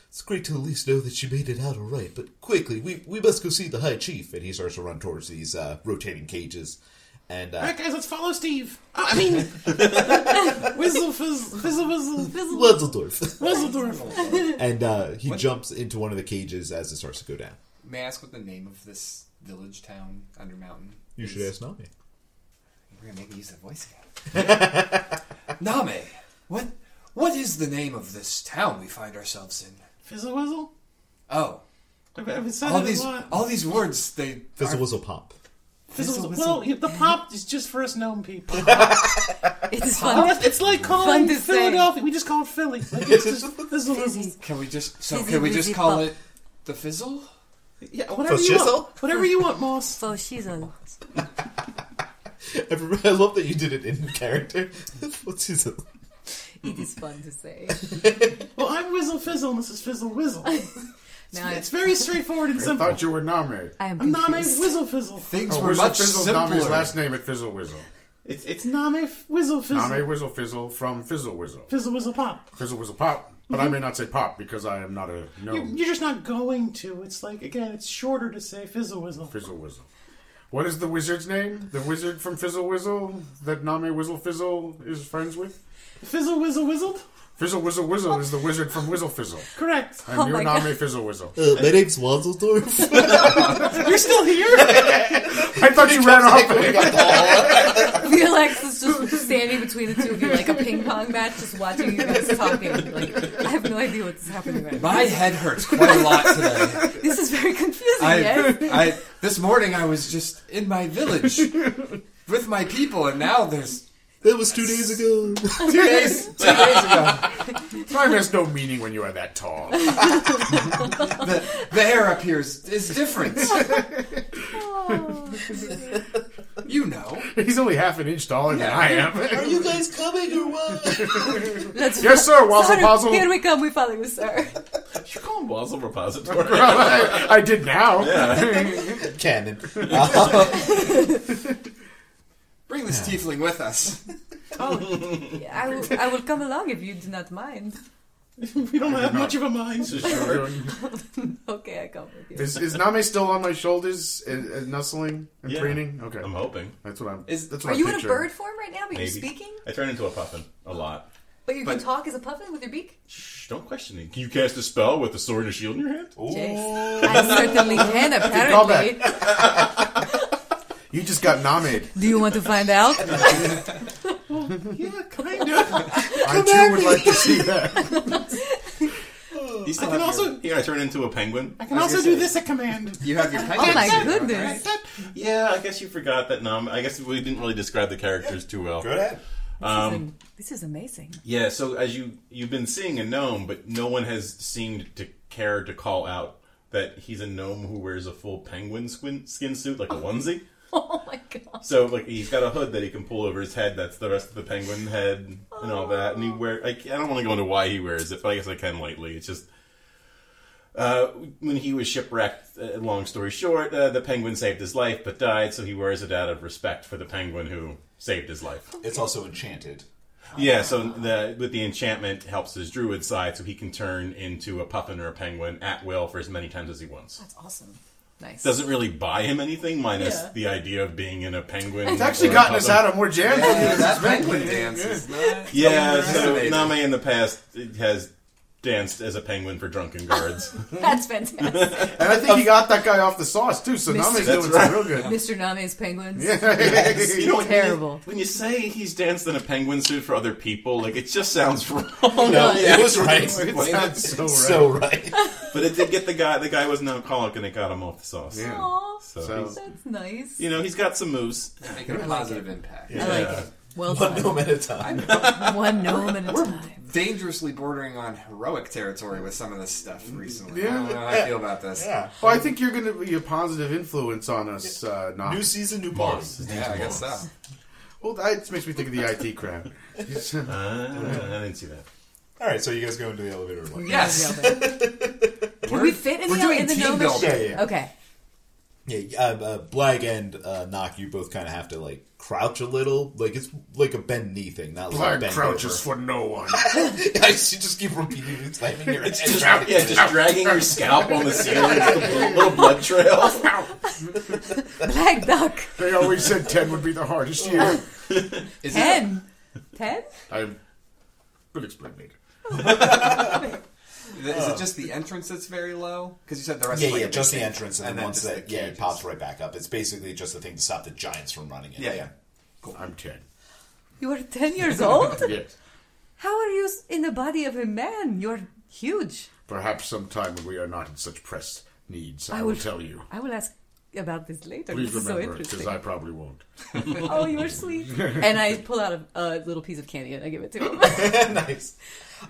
Speaker 3: it's great to at least know that you made it out all right. But quickly, we we must go see the high chief." And he starts to run towards these uh, rotating cages. And uh,
Speaker 4: guys, let's follow Steve. Oh, I mean, Whistle, fizz, fizzle, fizzle, fizzle,
Speaker 3: Wenzeldorf.
Speaker 4: Whistle.
Speaker 3: and uh, he jumps into one of the cages as it starts to go down.
Speaker 5: May I ask what the name of this village town under mountain?
Speaker 3: You
Speaker 5: is?
Speaker 3: should ask Nami.
Speaker 5: We're gonna make me use that voice again. Name, what what is the name of this town we find ourselves in?
Speaker 4: Fizzle, whistle.
Speaker 5: Oh,
Speaker 4: I've, I've said
Speaker 5: all
Speaker 4: it
Speaker 5: these
Speaker 4: a lot.
Speaker 5: all these words they
Speaker 3: Fizzle Whistle Pop.
Speaker 4: Fizzle,
Speaker 5: Fizzle,
Speaker 4: well,
Speaker 5: whistle.
Speaker 4: the pop is just for us gnome people.
Speaker 2: it's
Speaker 4: Oh,
Speaker 2: fun
Speaker 4: that's- it's like calling
Speaker 2: to say.
Speaker 4: Philadelphia. We just call it Philly. Like, it's just fizzle, fizzle.
Speaker 5: Can we just so
Speaker 2: Fizzy,
Speaker 5: can we
Speaker 2: wizzy
Speaker 5: just call
Speaker 2: pop.
Speaker 5: it the fizzle?
Speaker 4: Yeah, whatever you
Speaker 3: Fizzle?
Speaker 4: want. Whatever you want, Moss.
Speaker 2: So she's a
Speaker 3: I remember- I love that you did it in character. What's his? uh,
Speaker 2: It is fun to say.
Speaker 4: Well, I'm Whizzle Fizzle, and this is Fizzle Whizzle.
Speaker 2: Now
Speaker 4: It's very straightforward and
Speaker 6: I
Speaker 4: simple.
Speaker 6: thought you were nom man.
Speaker 2: I am
Speaker 4: I'm Name
Speaker 2: confused.
Speaker 4: Whizzle Fizzle.
Speaker 5: Things
Speaker 6: Oh,
Speaker 5: were
Speaker 6: Whizzle
Speaker 5: much
Speaker 6: Fizzle,
Speaker 5: simpler.
Speaker 6: Nami's last name at Fizzle Whizzle.
Speaker 4: It's it's Name Whizzle Fizzle.
Speaker 6: Nami Whizzle Fizzle from Fizzle Whizzle.
Speaker 4: Fizzle Whizzle Pop.
Speaker 6: Fizzle Whizzle Pop. But I may not say pop because I am not a
Speaker 4: You're,
Speaker 6: gnome.
Speaker 4: you're just not going to. It's like again, it's shorter to say Fizzle Whizzle.
Speaker 6: Fizzle Whizzle. What is the wizard's name? The wizard from Fizzle Whizzle that Nami Whizzle Fizzle is friends with?
Speaker 4: Fizzle Whizzle Whizzled.
Speaker 6: Fizzle Whizzle Whizzle is the wizard from Whizzle Fizzle.
Speaker 4: Correct.
Speaker 6: I'm your
Speaker 2: my
Speaker 6: Nami Fizzle Whizzle.
Speaker 3: Uh, my name's Wanzeldorf.
Speaker 4: You're still here.
Speaker 6: I thought you ran off.
Speaker 2: Felix is just standing between the two of you like a ping pong match, just watching you guys talking. Like, I have no idea what's happening right now.
Speaker 5: My head hurts quite a lot today.
Speaker 2: This is very confusing, yes?
Speaker 5: I, I this morning I was just in my village with my people, and now there's
Speaker 3: that was two days ago.
Speaker 5: two days two days ago
Speaker 6: Time has no meaning when you are that tall.
Speaker 5: the, the hair up here is, is different.
Speaker 2: Oh,
Speaker 5: you know,
Speaker 6: He's only half an inch taller than I am.
Speaker 3: Are you guys coming or what?
Speaker 2: Let's
Speaker 6: yes, sir, Wazzle
Speaker 2: Sir, Here
Speaker 6: Puzzle.
Speaker 2: we come, we follow you, sir.
Speaker 4: you call him Wazzle Repository.
Speaker 6: I, I did now.
Speaker 3: Cannon.
Speaker 5: bring this tiefling with us.
Speaker 2: I will, I will come along if you do not mind.
Speaker 4: we don't have much of a mind.
Speaker 2: Okay, I come with you.
Speaker 6: Is, is Name still on my shoulders and, and nuzzling and
Speaker 7: Yeah.
Speaker 6: preening? Okay,
Speaker 7: I'm hoping.
Speaker 6: that's what I'm.
Speaker 5: Is-
Speaker 6: that's what
Speaker 2: Are
Speaker 6: I'm
Speaker 2: you in a
Speaker 6: picturing.
Speaker 2: bird form right now, but
Speaker 7: Maybe.
Speaker 2: you're speaking?
Speaker 7: I turn into a puffin a lot.
Speaker 2: But you can
Speaker 5: But-
Speaker 2: talk as a puffin with your beak?
Speaker 7: Shh, don't question me. Can you cast a spell with a sword and a shield in your hand?
Speaker 4: Oh,
Speaker 2: Yes. I certainly can,
Speaker 6: callback.
Speaker 2: apparently.
Speaker 6: You just got Name.
Speaker 2: Do you want to find out?
Speaker 4: yeah, kind of.
Speaker 6: I too would like to see that.
Speaker 7: He's I can also. Yeah, I turn into a penguin.
Speaker 4: I can also do this at command.
Speaker 5: You have your
Speaker 2: Oh
Speaker 5: penguin
Speaker 2: my
Speaker 5: suit,
Speaker 2: goodness.
Speaker 7: Yeah, I guess you forgot that. Nom. I guess we didn't really describe the characters too well.
Speaker 3: ahead.
Speaker 7: Um,
Speaker 2: This is amazing.
Speaker 7: yeah. So as you you've been seeing a gnome, but no one has seemed to care to call out that he's a gnome who wears a full penguin skin, skin suit, like a onesie.
Speaker 2: Oh my god.
Speaker 7: So like he's got a hood that he can pull over his head. That's the rest of the penguin head and all that. And
Speaker 2: Oh.
Speaker 7: he wear. I, I don't want to go into why he wears it, but I guess I can lightly. It's just uh, when he was shipwrecked. Uh, long story short, uh, the penguin saved his life but died, so he wears it out of respect for the penguin who saved his life.
Speaker 3: It's also enchanted.
Speaker 7: Yeah, so the with the enchantment helps his druid side, so he can turn into a puffin or a penguin at will for as many times as he wants.
Speaker 8: That's awesome.
Speaker 2: Nice.
Speaker 7: Doesn't really buy him anything, minus
Speaker 8: Yeah.
Speaker 7: the idea of being in a penguin.
Speaker 6: It's actually
Speaker 7: or a
Speaker 6: gotten us
Speaker 7: puffin.
Speaker 6: out of more jams than
Speaker 5: Yeah,
Speaker 6: this
Speaker 5: that
Speaker 6: penguin
Speaker 5: penguin dance is not.
Speaker 7: Yeah, so
Speaker 6: Fascinating.
Speaker 7: Name in the past has danced as a penguin for drunken guards.
Speaker 8: That's fantastic.
Speaker 6: And I think he got that guy off the sauce too. So
Speaker 2: Miss-
Speaker 6: Nami's
Speaker 2: That's
Speaker 6: doing
Speaker 7: right.
Speaker 6: some real good.
Speaker 2: Mr. Name's penguins.
Speaker 7: You know, when you-
Speaker 2: Terrible.
Speaker 7: When you say he's danced in a penguin suit for other people, like it just sounds wrong.
Speaker 3: No, it was right.
Speaker 6: It sounds so right.
Speaker 3: So right.
Speaker 7: but it did get the guy. The guy was an alcoholic, and it got him off the sauce.
Speaker 6: Yeah.
Speaker 2: Aw,
Speaker 7: So,
Speaker 6: So-
Speaker 7: he's-
Speaker 2: that's nice.
Speaker 7: you know, he's got some moves.
Speaker 5: Making a positive impact.
Speaker 2: I like
Speaker 7: Yeah.
Speaker 2: it. Well
Speaker 3: One
Speaker 2: done.
Speaker 3: gnome at a time.
Speaker 2: One gnome at a time.
Speaker 5: Dangerously bordering on heroic territory with some of this stuff recently. I don't
Speaker 6: Yeah.
Speaker 5: know how I feel about this.
Speaker 3: Yeah.
Speaker 6: Well, I think you're going to be a positive influence on us, uh, Nam.
Speaker 3: New season, new
Speaker 7: Boss.
Speaker 3: party.
Speaker 7: His name's
Speaker 5: Yeah, I guess
Speaker 7: Boss.
Speaker 5: so.
Speaker 6: Well, that it makes me think of the IT crowd.
Speaker 7: Ah, I didn't see that.
Speaker 3: All right, so you guys go into the elevator. or what?
Speaker 5: Yes.
Speaker 2: Can we fit in
Speaker 5: We're
Speaker 2: the,
Speaker 5: doing
Speaker 2: in the
Speaker 5: team
Speaker 2: gnome?
Speaker 5: building.
Speaker 3: Yeah, yeah, yeah.
Speaker 2: Okay.
Speaker 3: Yeah, uh, uh, Blag and uh, Knock, you both kind of have to like crouch a little. Like it's like a bend knee thing, not like a
Speaker 6: Black
Speaker 3: bend
Speaker 6: crouches
Speaker 3: over.
Speaker 6: for no one.
Speaker 3: I should just keep repeating it, slamming your head.
Speaker 7: Just- yeah, just dragging your scalp on the ceiling, just a little blood trail.
Speaker 2: Black duck.
Speaker 6: they always said 10 would be the hardest year.
Speaker 5: Is it-
Speaker 2: Ten. Ten?
Speaker 6: I will explain later.
Speaker 5: Th- Is it just the entrance that's very low? Because you said the rest.
Speaker 3: Yeah,
Speaker 5: is like
Speaker 3: yeah,
Speaker 5: a big
Speaker 3: just the
Speaker 5: thing.
Speaker 3: entrance, and, then once
Speaker 5: just
Speaker 3: that,
Speaker 5: the
Speaker 3: yeah, it
Speaker 5: cages.
Speaker 3: pops right back up. It's basically just a thing to stop the giants from running it.
Speaker 5: Yeah, yeah.
Speaker 6: I'm 10.
Speaker 2: You are ten years old?
Speaker 6: Yes.
Speaker 2: How are you s- in the body of a man? You're huge.
Speaker 6: Perhaps sometime when we are not in such press needs, I,
Speaker 2: I
Speaker 6: will
Speaker 2: would-
Speaker 6: tell you.
Speaker 2: I will ask about this later.
Speaker 6: Please
Speaker 2: this is so
Speaker 6: remember, because
Speaker 2: interesting.
Speaker 6: I probably won't.
Speaker 2: Oh, you're sweet. and I pull out a, a little piece of candy and I give it to him.
Speaker 3: nice.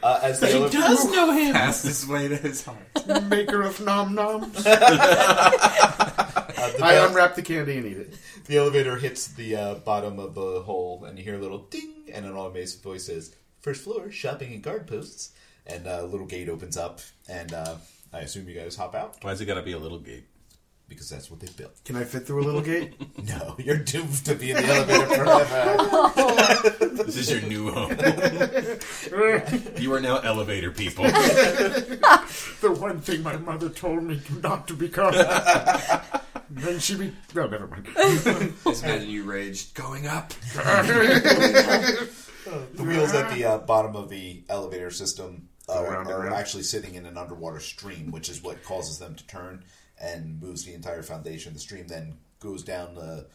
Speaker 3: Uh, as the elevator,
Speaker 5: Does know him. Passed his way to his heart.
Speaker 6: Maker of nom noms.
Speaker 3: uh, the,
Speaker 6: I
Speaker 3: bell-
Speaker 6: unwrap the candy and eat it.
Speaker 3: the elevator hits the uh, bottom of the hole, and you hear a little ding, and an automated voice says, First floor, shopping and guard posts. And uh, a little gate opens up, and uh, I assume you guys hop out
Speaker 7: Why's it gotta be a little gate?
Speaker 3: because that's what they built.
Speaker 6: Can I fit through a little gate?
Speaker 3: No, you're doomed to be in the elevator forever.
Speaker 7: This is your new home. you are now elevator people.
Speaker 6: the one thing my mother told me not to become. then she be. No, never mind.
Speaker 5: Just imagine you raged going up.
Speaker 3: the wheels at the uh, bottom of the elevator system uh,
Speaker 6: Go round and
Speaker 3: are
Speaker 6: round.
Speaker 3: actually sitting in an underwater stream, which is what causes them to turn and moves the entire foundation. The stream then goes down the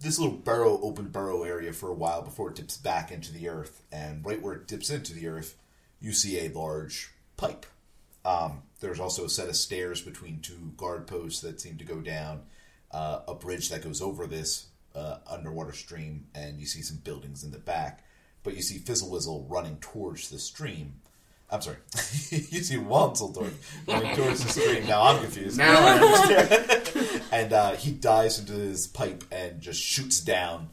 Speaker 3: this little burrow, open burrow area for a while before it dips back into the earth. And right where it dips into the earth, you see a large pipe. Um, there's also a set of stairs between two guard posts that seem to go down, uh, a bridge that goes over this uh, underwater stream, and you see some buildings in the back. But you see Fizzle Wizzle running towards the stream. I'm sorry. you see Wanzeldorf running towards the stream. Now I'm confused
Speaker 6: Now I understand.
Speaker 3: and uh, he dives into his pipe and just shoots down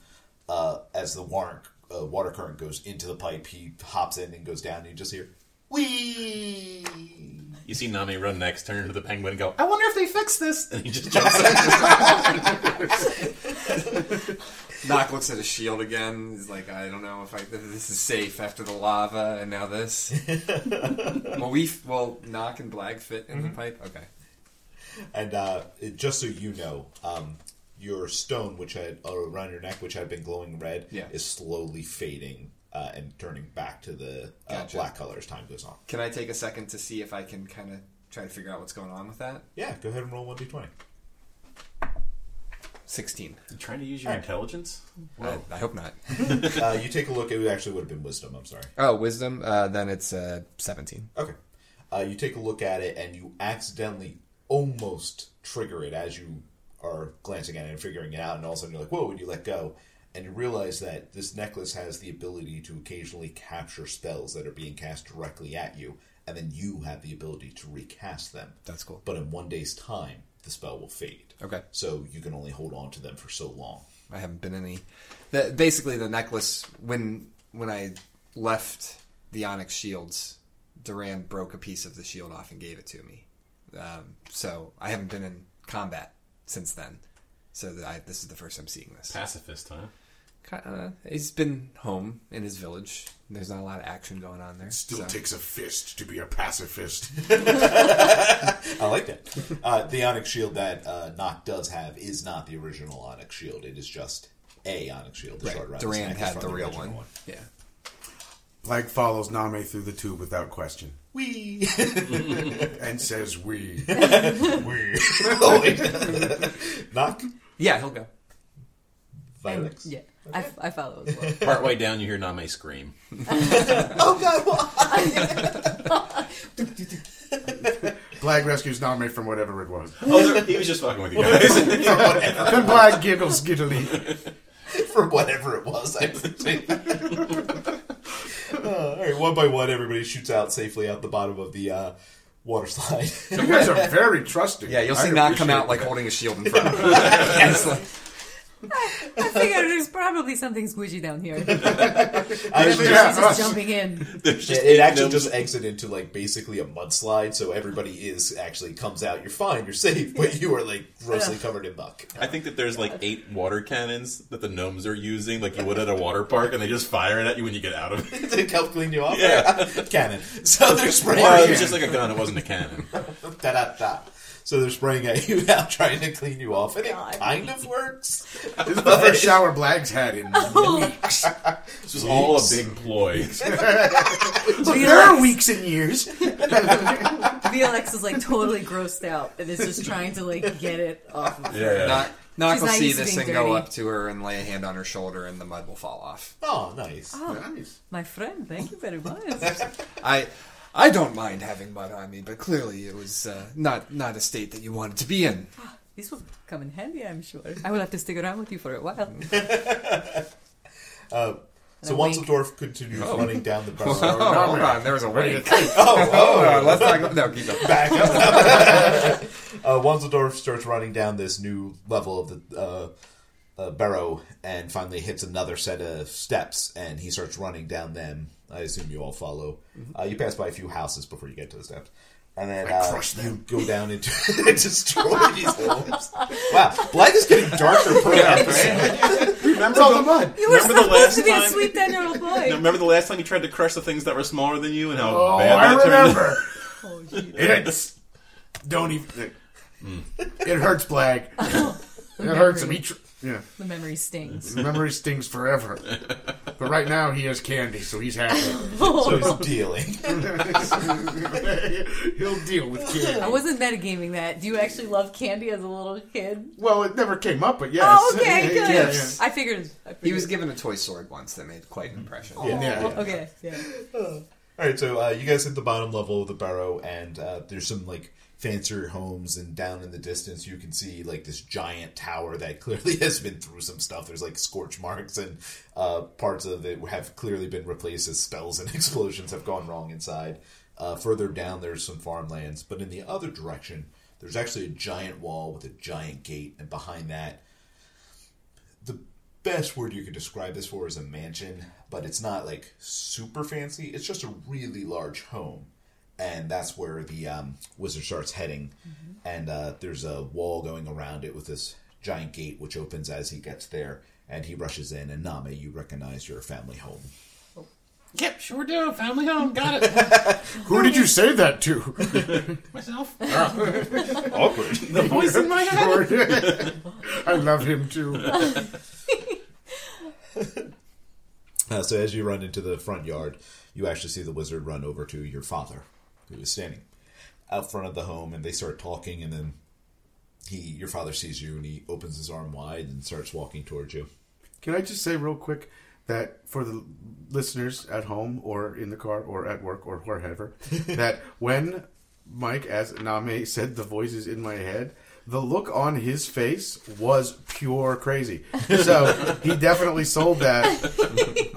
Speaker 3: uh, as the warrant, uh, water current goes into the pipe. He hops in and goes down, and you just hear wee.
Speaker 7: You see Nami run next, turn into the penguin, and go, I wonder if they fixed this! And he just jumps
Speaker 5: Knock looks at his shield again. He's like, I don't know if I, this is safe after the lava and now this. well, we well knock and Blag fit in the pipe. Okay.
Speaker 3: And uh, it- just so you know, um, your stone, which had uh, around your neck, which had been glowing red,
Speaker 5: Yeah.
Speaker 3: is slowly fading uh, and turning back to the uh,
Speaker 5: Gotcha.
Speaker 3: black color as time goes on.
Speaker 5: Can I take a second to see if I can kind of try to figure out what's going on with that?
Speaker 3: Yeah, go ahead and roll one d twenty.
Speaker 5: Sixteen.
Speaker 7: You trying to use your intelligence?
Speaker 5: I, I hope not.
Speaker 3: Uh, you take a look. It actually would have been wisdom. I'm sorry.
Speaker 5: Oh, wisdom. Uh, then it's uh, seventeen.
Speaker 3: Okay. Uh, you take a look at it and you accidentally almost trigger it as you are glancing at it and figuring it out, and all of a sudden you're like, whoa, and you let go. And you realize that this necklace has the ability to occasionally capture spells that are being cast directly at you, and then you have the ability to recast them.
Speaker 5: That's cool.
Speaker 3: But in one day's time, the spell will fade.
Speaker 5: Okay.
Speaker 3: So you can only hold on to them for so long.
Speaker 5: I haven't been any. The, basically, the necklace when when I left the onyx shields, Duran broke a piece of the shield off and gave it to me. Um, so I haven't been in combat since then. So that I, this is the first I'm seeing this.
Speaker 7: Pacifist, huh?
Speaker 5: Kinda, he's been home in his village. There's not a lot of action going on there.
Speaker 6: Still
Speaker 5: so.
Speaker 6: takes a fist to be a pacifist.
Speaker 3: I like that. Uh, the onyx shield that uh, Nock does have is not the original onyx shield. It is just a onyx shield. The short
Speaker 5: right.
Speaker 3: round
Speaker 5: Duran
Speaker 3: snack is
Speaker 5: had
Speaker 3: from
Speaker 5: the real
Speaker 3: original
Speaker 5: one. Yeah.
Speaker 6: Black follows Name through the tube without question
Speaker 3: Wee.
Speaker 6: and says, "We."
Speaker 3: Wee. Oh, wait. Nock.
Speaker 5: Yeah, he'll go.
Speaker 3: Vilex.
Speaker 2: Yeah, I, I follow as well.
Speaker 4: Partway down, you hear Name scream.
Speaker 3: Oh god. why?
Speaker 6: Black rescues Name from whatever it was.
Speaker 4: Oh, there- he was just fucking with you guys.
Speaker 6: then Black giggles giddily.
Speaker 3: for whatever it was. I think. uh, all right, one by one, everybody shoots out safely out the bottom of the uh, water slide.
Speaker 6: You guys are very trusting.
Speaker 5: Yeah, you'll see
Speaker 6: I
Speaker 5: Knock come
Speaker 6: appreciate
Speaker 5: out like holding a shield in front of him. It's like,
Speaker 2: I figured there's probably something squishy down here.
Speaker 3: I was
Speaker 2: She's
Speaker 3: just-
Speaker 6: us.
Speaker 2: just jumping in.
Speaker 4: There's just
Speaker 3: it, it
Speaker 4: eight
Speaker 3: actually
Speaker 4: of them.
Speaker 3: just exits into like basically a mudslide, so everybody is actually comes out. You're fine, you're safe, but you are like grossly covered in muck.
Speaker 4: I think that there's like eight water cannons that the gnomes are using, like you would at a water park, and they just fire it at you when you get out of it.
Speaker 3: to help clean you off,
Speaker 4: Yeah.
Speaker 3: cannon. So they're spraying.
Speaker 4: Or it
Speaker 3: you
Speaker 4: was just like a gun; it wasn't a cannon.
Speaker 3: da, da, da. So they're spraying at you now, trying to clean you off, and
Speaker 2: God.
Speaker 3: it kind of works.
Speaker 6: This is the first shower Black's had in.
Speaker 4: This was all a big ploy.
Speaker 6: there are weeks and years.
Speaker 2: VLX is like totally grossed out and is just trying to like get it off. Of her.
Speaker 4: Yeah.
Speaker 5: Knock, Knock
Speaker 2: She's
Speaker 5: will
Speaker 2: not
Speaker 5: see
Speaker 2: used to
Speaker 5: this and
Speaker 2: being
Speaker 5: go
Speaker 2: dirty.
Speaker 5: up to her and lay a hand on her shoulder, and the mud will fall off.
Speaker 3: Oh, nice.
Speaker 6: Nice.
Speaker 2: My friend, thank you very much.
Speaker 5: I. I don't mind having mud on me, but clearly it was uh, not not a state that you wanted to be in.
Speaker 2: This will come in handy, I'm sure. I will have to stick around with you for a while.
Speaker 3: So
Speaker 2: a
Speaker 3: once the
Speaker 2: wink.
Speaker 3: dwarf continues running down the barrel,
Speaker 5: Oh, hold on, there was a way. Oh,
Speaker 3: oh,
Speaker 5: on, let's not go. No, keep going.
Speaker 3: back up. uh, Wanzeldorf starts running down this new level of the uh, uh, barrow and finally hits another set of steps, and he starts running down them. I assume you all follow. Uh, you pass by a few houses before you get to the steps. And then uh, you go down into destroy these homes. Wow, black is getting darker per episode.
Speaker 6: Remember all the mud.
Speaker 2: You were
Speaker 4: Remember the
Speaker 2: supposed to
Speaker 4: last
Speaker 2: be a
Speaker 4: time-
Speaker 2: sweet ten year old boy.
Speaker 4: Now, remember the last time you tried to crush the things that were smaller than you, and how
Speaker 6: Oh,
Speaker 4: bad
Speaker 6: I
Speaker 4: that turned out?
Speaker 6: remember.
Speaker 2: Oh, gee.
Speaker 6: It's don't even. It hurts Black. It hurts him. He tr- yeah,
Speaker 2: the memory stings.
Speaker 6: the memory stings forever. But right now he has candy, so he's happy.
Speaker 3: So he's dealing.
Speaker 6: He'll deal with
Speaker 2: I
Speaker 6: candy.
Speaker 2: wasn't metagaming that. Do you actually love candy as a little kid?
Speaker 6: Well, it never came up, but yes.
Speaker 2: Oh, okay,
Speaker 6: Yeah,
Speaker 2: good.
Speaker 6: yeah,
Speaker 5: Yes.
Speaker 2: I figured. I figured.
Speaker 5: He was given a toy sword once that made quite an impression.
Speaker 6: yeah. Yeah, yeah.
Speaker 2: Okay, yeah.
Speaker 3: All right, so uh, you guys hit the bottom level of the barrow, and uh, there's some like fancier homes, and down in the distance you can see like this giant tower that clearly has been through some stuff. There's like scorch marks, and uh, parts of it have clearly been replaced as spells and explosions have gone wrong inside. Uh, further down, there's some farmlands, but in the other direction, there's actually a giant wall with a giant gate, and behind that the best word you could describe this for is a mansion, but it's not like super fancy. It's just a really large home, and that's where the um, wizard starts heading. And uh, there's a wall going around it with this giant gate, which opens as he gets there, and he rushes in. And Name, you recognize your family home.
Speaker 4: Yep, sure do. Family home, got it.
Speaker 6: Who did you say that to?
Speaker 4: Myself.
Speaker 3: Awkward.
Speaker 4: The voice in my head.
Speaker 6: I love him too.
Speaker 3: Uh, so as you run into the front yard, you actually see the wizard run over to your father, who is standing out front of the home, and they start talking, and then he, your father, sees you, and he opens his arm wide and starts walking towards you.
Speaker 6: Can I just say real quick that for the listeners at home or in the car or at work or wherever, that when Mike, as Name said, the voices in my head, the look on his face was pure crazy. So he definitely sold that.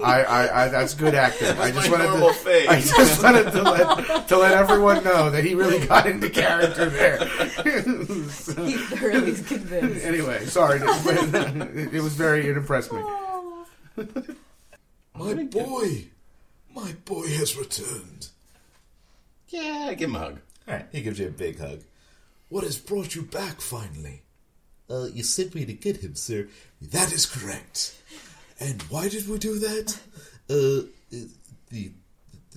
Speaker 6: I, I, I that's good acting. I just
Speaker 4: my
Speaker 6: wanted
Speaker 4: normal
Speaker 6: to,
Speaker 4: face.
Speaker 6: I just wanted to let to let everyone know that he really got into character there.
Speaker 2: He thoroughly convinced.
Speaker 6: anyway, sorry, but it was very it impressed me.
Speaker 2: Oh,
Speaker 3: My boy, my boy has returned.
Speaker 4: Yeah, give him a hug.
Speaker 3: All right, he gives you a big hug. What has brought you back finally? Uh, you sent me to get him, sir. That is correct. And why did we do that? Uh, the the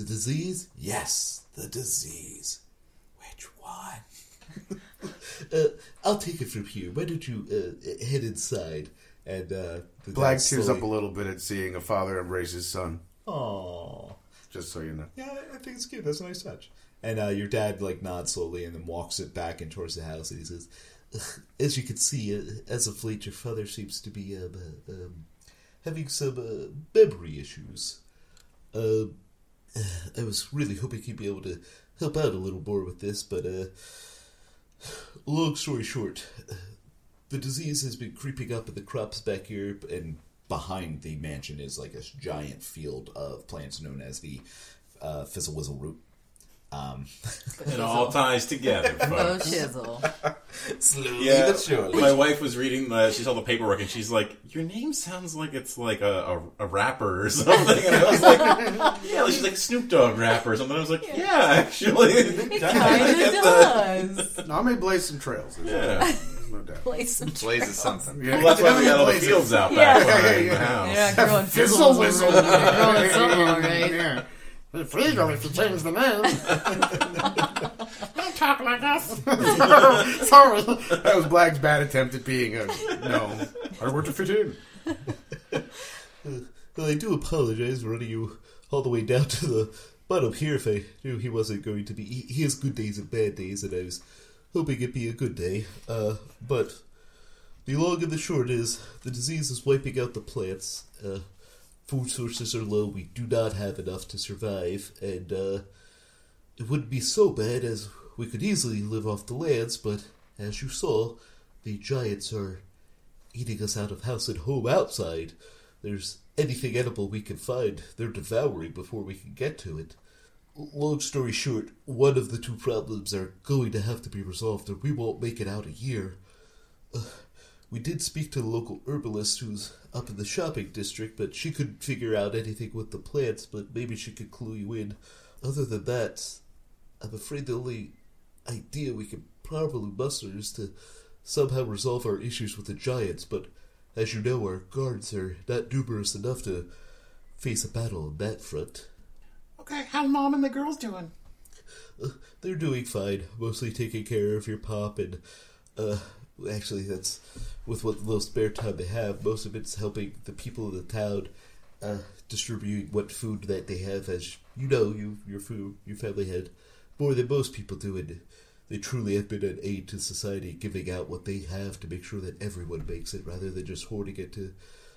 Speaker 3: disease? Yes, the disease. Which one? uh, I'll take it from here. Why don't you uh, head inside? And uh, the
Speaker 6: Black
Speaker 3: guy
Speaker 6: tears
Speaker 3: slowly-
Speaker 6: up a little bit at seeing a father embrace his son.
Speaker 3: Aw.
Speaker 6: Just so you know.
Speaker 3: Yeah, I- I think it's cute. That's a nice touch. And uh, your dad like nods slowly and then walks it back and towards the house and he says, "As you can see, uh, as of late, your father seems to be um, uh, um, having some uh, memory issues. Uh, I was really hoping he'd be able to help out a little more with this, but uh, long story short, the disease has been creeping up in the crops back here, and behind the mansion is like a giant field of plants known as the uh, fizzle whizzle root. Um,
Speaker 7: It all ties together,
Speaker 2: Oh,
Speaker 7: folks.
Speaker 2: shizzle.
Speaker 3: slowly
Speaker 7: Yeah,
Speaker 3: but surely.
Speaker 7: my wife was reading. The, she saw the paperwork, and she's like, "Your name sounds like it's like a, a, a rapper or something." And I was like, "Yeah." She's like Snoop Dogg rapper or something. I was like, "Yeah, actually."
Speaker 2: Kind of does.
Speaker 6: No, I may blaze some trails. There's
Speaker 7: yeah.
Speaker 6: no doubt.
Speaker 2: Play some
Speaker 5: Blaze is something.
Speaker 6: Yeah.
Speaker 7: Well, that's why we got all the
Speaker 6: Blaze it.
Speaker 7: fields out back
Speaker 2: Yeah.
Speaker 7: behind the
Speaker 6: Yeah.
Speaker 7: house.
Speaker 2: They're not growing
Speaker 6: Fizzle
Speaker 2: fizzles.
Speaker 6: whistle.
Speaker 2: They're growing something, all right.
Speaker 6: Yeah. It's legal if you change the name. Don't talk like us. Sorry. That was Black's bad attempt at being a no. I worked to fit in.
Speaker 3: Well, I do apologize for running you all the way down to the bottom here if I knew he wasn't going to be. He, he has good days and bad days, and I was hoping it'd be a good day. Uh, but the long and the short is the disease is wiping out the plants. Uh, food sources are low. We do not have enough to survive, and uh, it wouldn't be so bad as we could easily live off the lands, but as you saw, the giants are eating us out of house and home outside. There's anything edible we can find, they're devouring before we can get to it. Long story short, one of the two problems are going to have to be resolved, or we won't make it out a year. Ugh. we did speak to the local herbalist who's up in the shopping district, but she couldn't figure out anything with the plants, but maybe she could clue you in. Other than that, I'm afraid the only idea we can probably muster is to somehow resolve our issues with the giants, but as you know, our guards are not numerous enough to face a battle on that front.
Speaker 8: Okay, how mom and the girls doing?
Speaker 3: They're doing fine, mostly taking care of your pop, and uh, actually, that's with what little spare time they have. Most of it's helping the people of the town uh, distribute what food that they have. As you know, you your food, your family had more than most people do, and they truly have been an aid to society, giving out what they have to make sure that everyone makes it, rather than just hoarding it to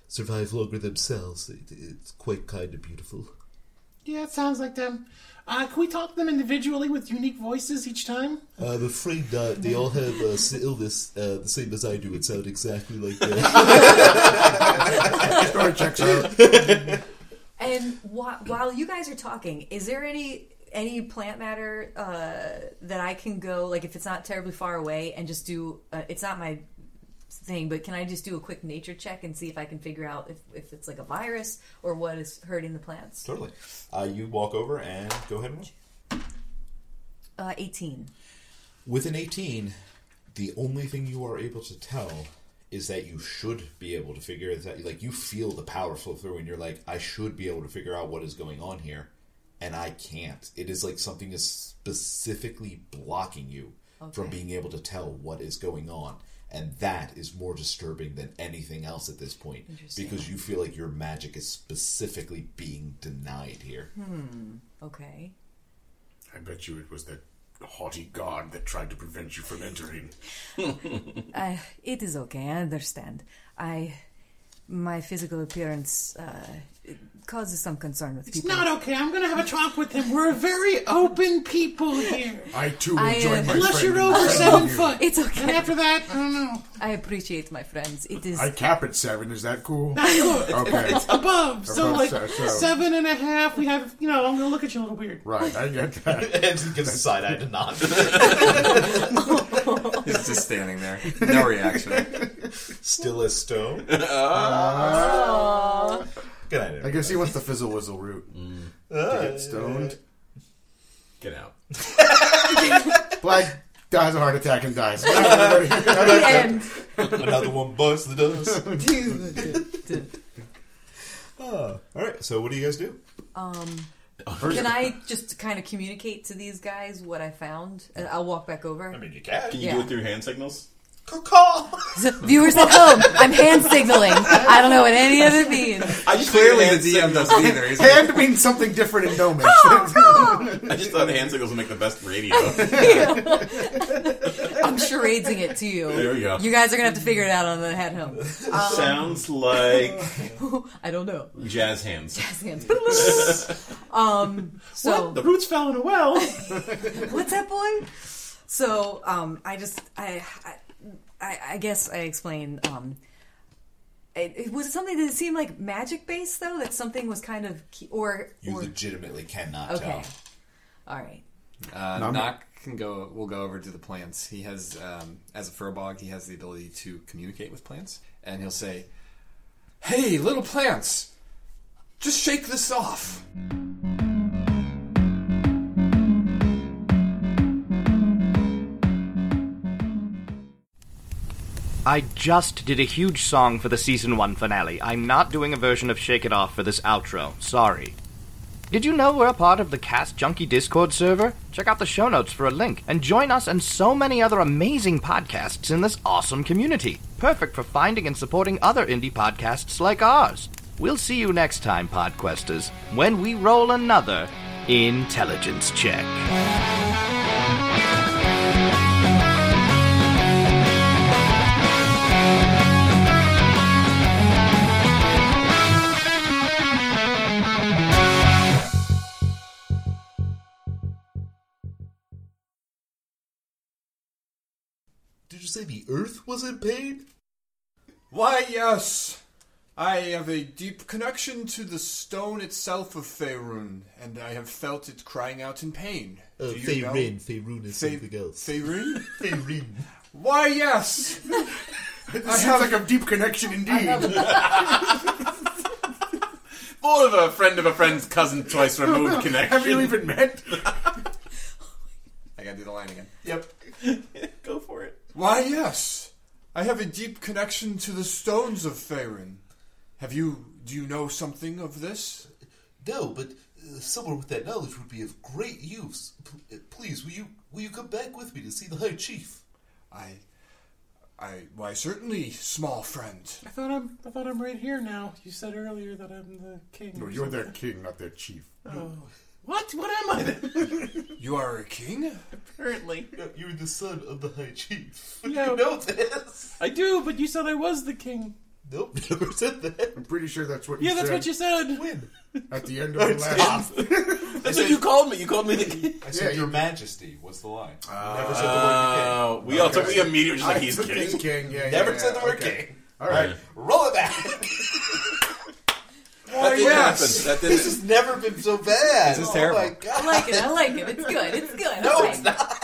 Speaker 3: survive longer themselves. It, it's quite kind and beautiful.
Speaker 8: Yeah, it sounds like them. Uh, can we talk to them individually with unique voices each time?
Speaker 3: I'm afraid not. They all have uh, s- illness uh, the same as I do. It sounds exactly like that.
Speaker 6: Story checks out.
Speaker 2: And wh- while you guys are talking, is there any any plant matter uh, that I can go like if it's not terribly far away and just do? Uh, it's not my thing, but can I just do a quick nature check and see if I can figure out if, if it's like a virus or what is hurting the plants?
Speaker 3: totally. Uh, you walk over and go ahead and roll.
Speaker 2: Uh, Eighteen.
Speaker 3: With an 18, the only thing you are able to tell is that you should be able to figure that. Like, you feel the power flow through, and you're like, I should be able to figure out what is going on here, and I can't. It is like something is specifically blocking you from being able to tell what is going on. And that is more disturbing than anything else at this point because you feel like your magic is specifically being denied here.
Speaker 2: Okay.
Speaker 6: I bet you it was that haughty god that tried to prevent you from entering.
Speaker 2: I, it is okay. I understand. I my physical appearance uh, it causes some concern with people.
Speaker 8: Not okay. I'm gonna have a talk with them. We're a very open people here.
Speaker 6: I too will
Speaker 2: I, uh,
Speaker 6: join my
Speaker 8: Unless
Speaker 6: friend
Speaker 8: you're
Speaker 6: in
Speaker 8: over
Speaker 6: thanking
Speaker 8: seven
Speaker 6: you.
Speaker 8: foot.
Speaker 2: it's okay.
Speaker 8: And after that, I don't know.
Speaker 2: I appreciate my friends. It is.
Speaker 6: I cap at seven. Is that cool? okay.
Speaker 8: Above. So,
Speaker 6: Above,
Speaker 8: like,
Speaker 6: so- so.
Speaker 8: seven and a half, we have, you know, I'm gonna look at you a little weird.
Speaker 6: Right. I get that.
Speaker 3: and he gives a side eye to nod.
Speaker 5: It's just standing there. No reaction.
Speaker 3: Still as stone. Ah. Good night,
Speaker 6: I guess he wants the fizzle whizzle root. to get stoned.
Speaker 7: Get out.
Speaker 6: Black dies a heart attack and dies. Everybody-
Speaker 2: and
Speaker 3: Another one busts the dust. Ah. All right. So what do you guys do?
Speaker 2: Can I just kind of communicate to these guys what I found? And I'll walk back over.
Speaker 3: I mean, you can.
Speaker 7: Can you
Speaker 2: Yeah.
Speaker 7: do it through hand signals?
Speaker 3: Call.
Speaker 2: So, viewers at home, I'm hand signaling. I don't know what any of it means.
Speaker 7: I just
Speaker 5: Clearly,
Speaker 7: hand
Speaker 5: the DM
Speaker 7: signals-
Speaker 5: doesn't either. He's like,
Speaker 6: Hand means something different in Gnomish.
Speaker 7: I just thought hand signals would make the best radio.
Speaker 2: I'm charading it to you.
Speaker 7: There we go.
Speaker 2: You guys are gonna have to figure it out on the head home.
Speaker 7: Sounds like
Speaker 2: I don't know.
Speaker 7: jazz hands.
Speaker 2: um. So
Speaker 7: The roots
Speaker 8: Oh,
Speaker 7: fell in a well.
Speaker 2: what's that boy? So um, I just I I, I, I guess I explained. Um, it, it was something that seemed like magic based though. That something was kind of key, or
Speaker 3: You
Speaker 2: or
Speaker 3: legitimately cannot
Speaker 2: okay.
Speaker 3: tell.
Speaker 2: All right.
Speaker 3: Um,
Speaker 5: uh, Knock can go. We'll go over to the plants. He has, um, as a furbog, he has the ability to communicate with plants, and he'll say, "Hey, little plants, just shake this off."
Speaker 1: I just did a huge song for the season one finale. I'm not doing a version of Shake It Off for this outro. Sorry. Did you know we're a part of the Cast Junkie Discord server? Check out the show notes for a link and join us and so many other amazing podcasts in this awesome community. Perfect for finding and supporting other indie podcasts like ours. We'll see you next time, Podquesters, when we roll another intelligence check.
Speaker 3: Did you say the Earth was in pain?
Speaker 5: Why, yes. I have a deep connection to the stone itself of Faerun, and I have felt it crying out in pain.
Speaker 3: Uh,
Speaker 5: Do you know-
Speaker 3: Faerun. Faerun is
Speaker 5: Fe-
Speaker 3: something else.
Speaker 5: Faerun?
Speaker 3: Faerun.
Speaker 5: Why, yes.
Speaker 6: It sounds like a deep connection indeed.
Speaker 7: More of a friend of a friend's cousin twice removed connection.
Speaker 6: Have you even met?
Speaker 5: I gotta do the line again.
Speaker 6: Yep.
Speaker 7: Go for it.
Speaker 5: Why, yes. I have a deep connection to the stones of Faerun. Have you. Do you know something of this?
Speaker 3: No, but uh, someone with that knowledge would be of great use. P- uh, please, will you will you come back with me to see the High Chief?
Speaker 5: I. I. Why, certainly, small friend.
Speaker 8: I thought I'm. I thought I'm right here now. You said earlier that I'm the king. or
Speaker 6: You're
Speaker 8: something.
Speaker 6: their king, not their chief.
Speaker 8: What? What am I then?
Speaker 5: You are a king?
Speaker 8: Apparently,
Speaker 3: No, you're the son of the High Chief.
Speaker 8: Yeah.
Speaker 3: You know this.
Speaker 8: I do. But you said I was the king.
Speaker 3: Nope, never said that.
Speaker 6: I'm pretty sure that's what you
Speaker 8: Yeah, that's
Speaker 6: said
Speaker 8: what you said.
Speaker 3: When?
Speaker 6: at the end of the last.
Speaker 7: That's what you called me. You called me the king.
Speaker 3: I
Speaker 6: said, "Your
Speaker 3: Majesty was the line.
Speaker 6: Oh,
Speaker 3: never said the
Speaker 7: Oh, we all took we immediately just like he's
Speaker 6: I took
Speaker 7: kidding.
Speaker 6: his king. Yeah, yeah,
Speaker 3: Never
Speaker 6: yeah,
Speaker 3: said the word
Speaker 6: okay.
Speaker 3: king.
Speaker 6: All right.
Speaker 3: Roll it back.
Speaker 7: That didn't
Speaker 5: yes.
Speaker 7: happen. That didn't.
Speaker 3: this has never been so bad. This
Speaker 5: is
Speaker 3: oh
Speaker 5: terrible.
Speaker 3: my god.
Speaker 2: I like it. I like it. It's good. It's good.
Speaker 3: No,
Speaker 2: I like
Speaker 3: it's
Speaker 2: it.
Speaker 3: not.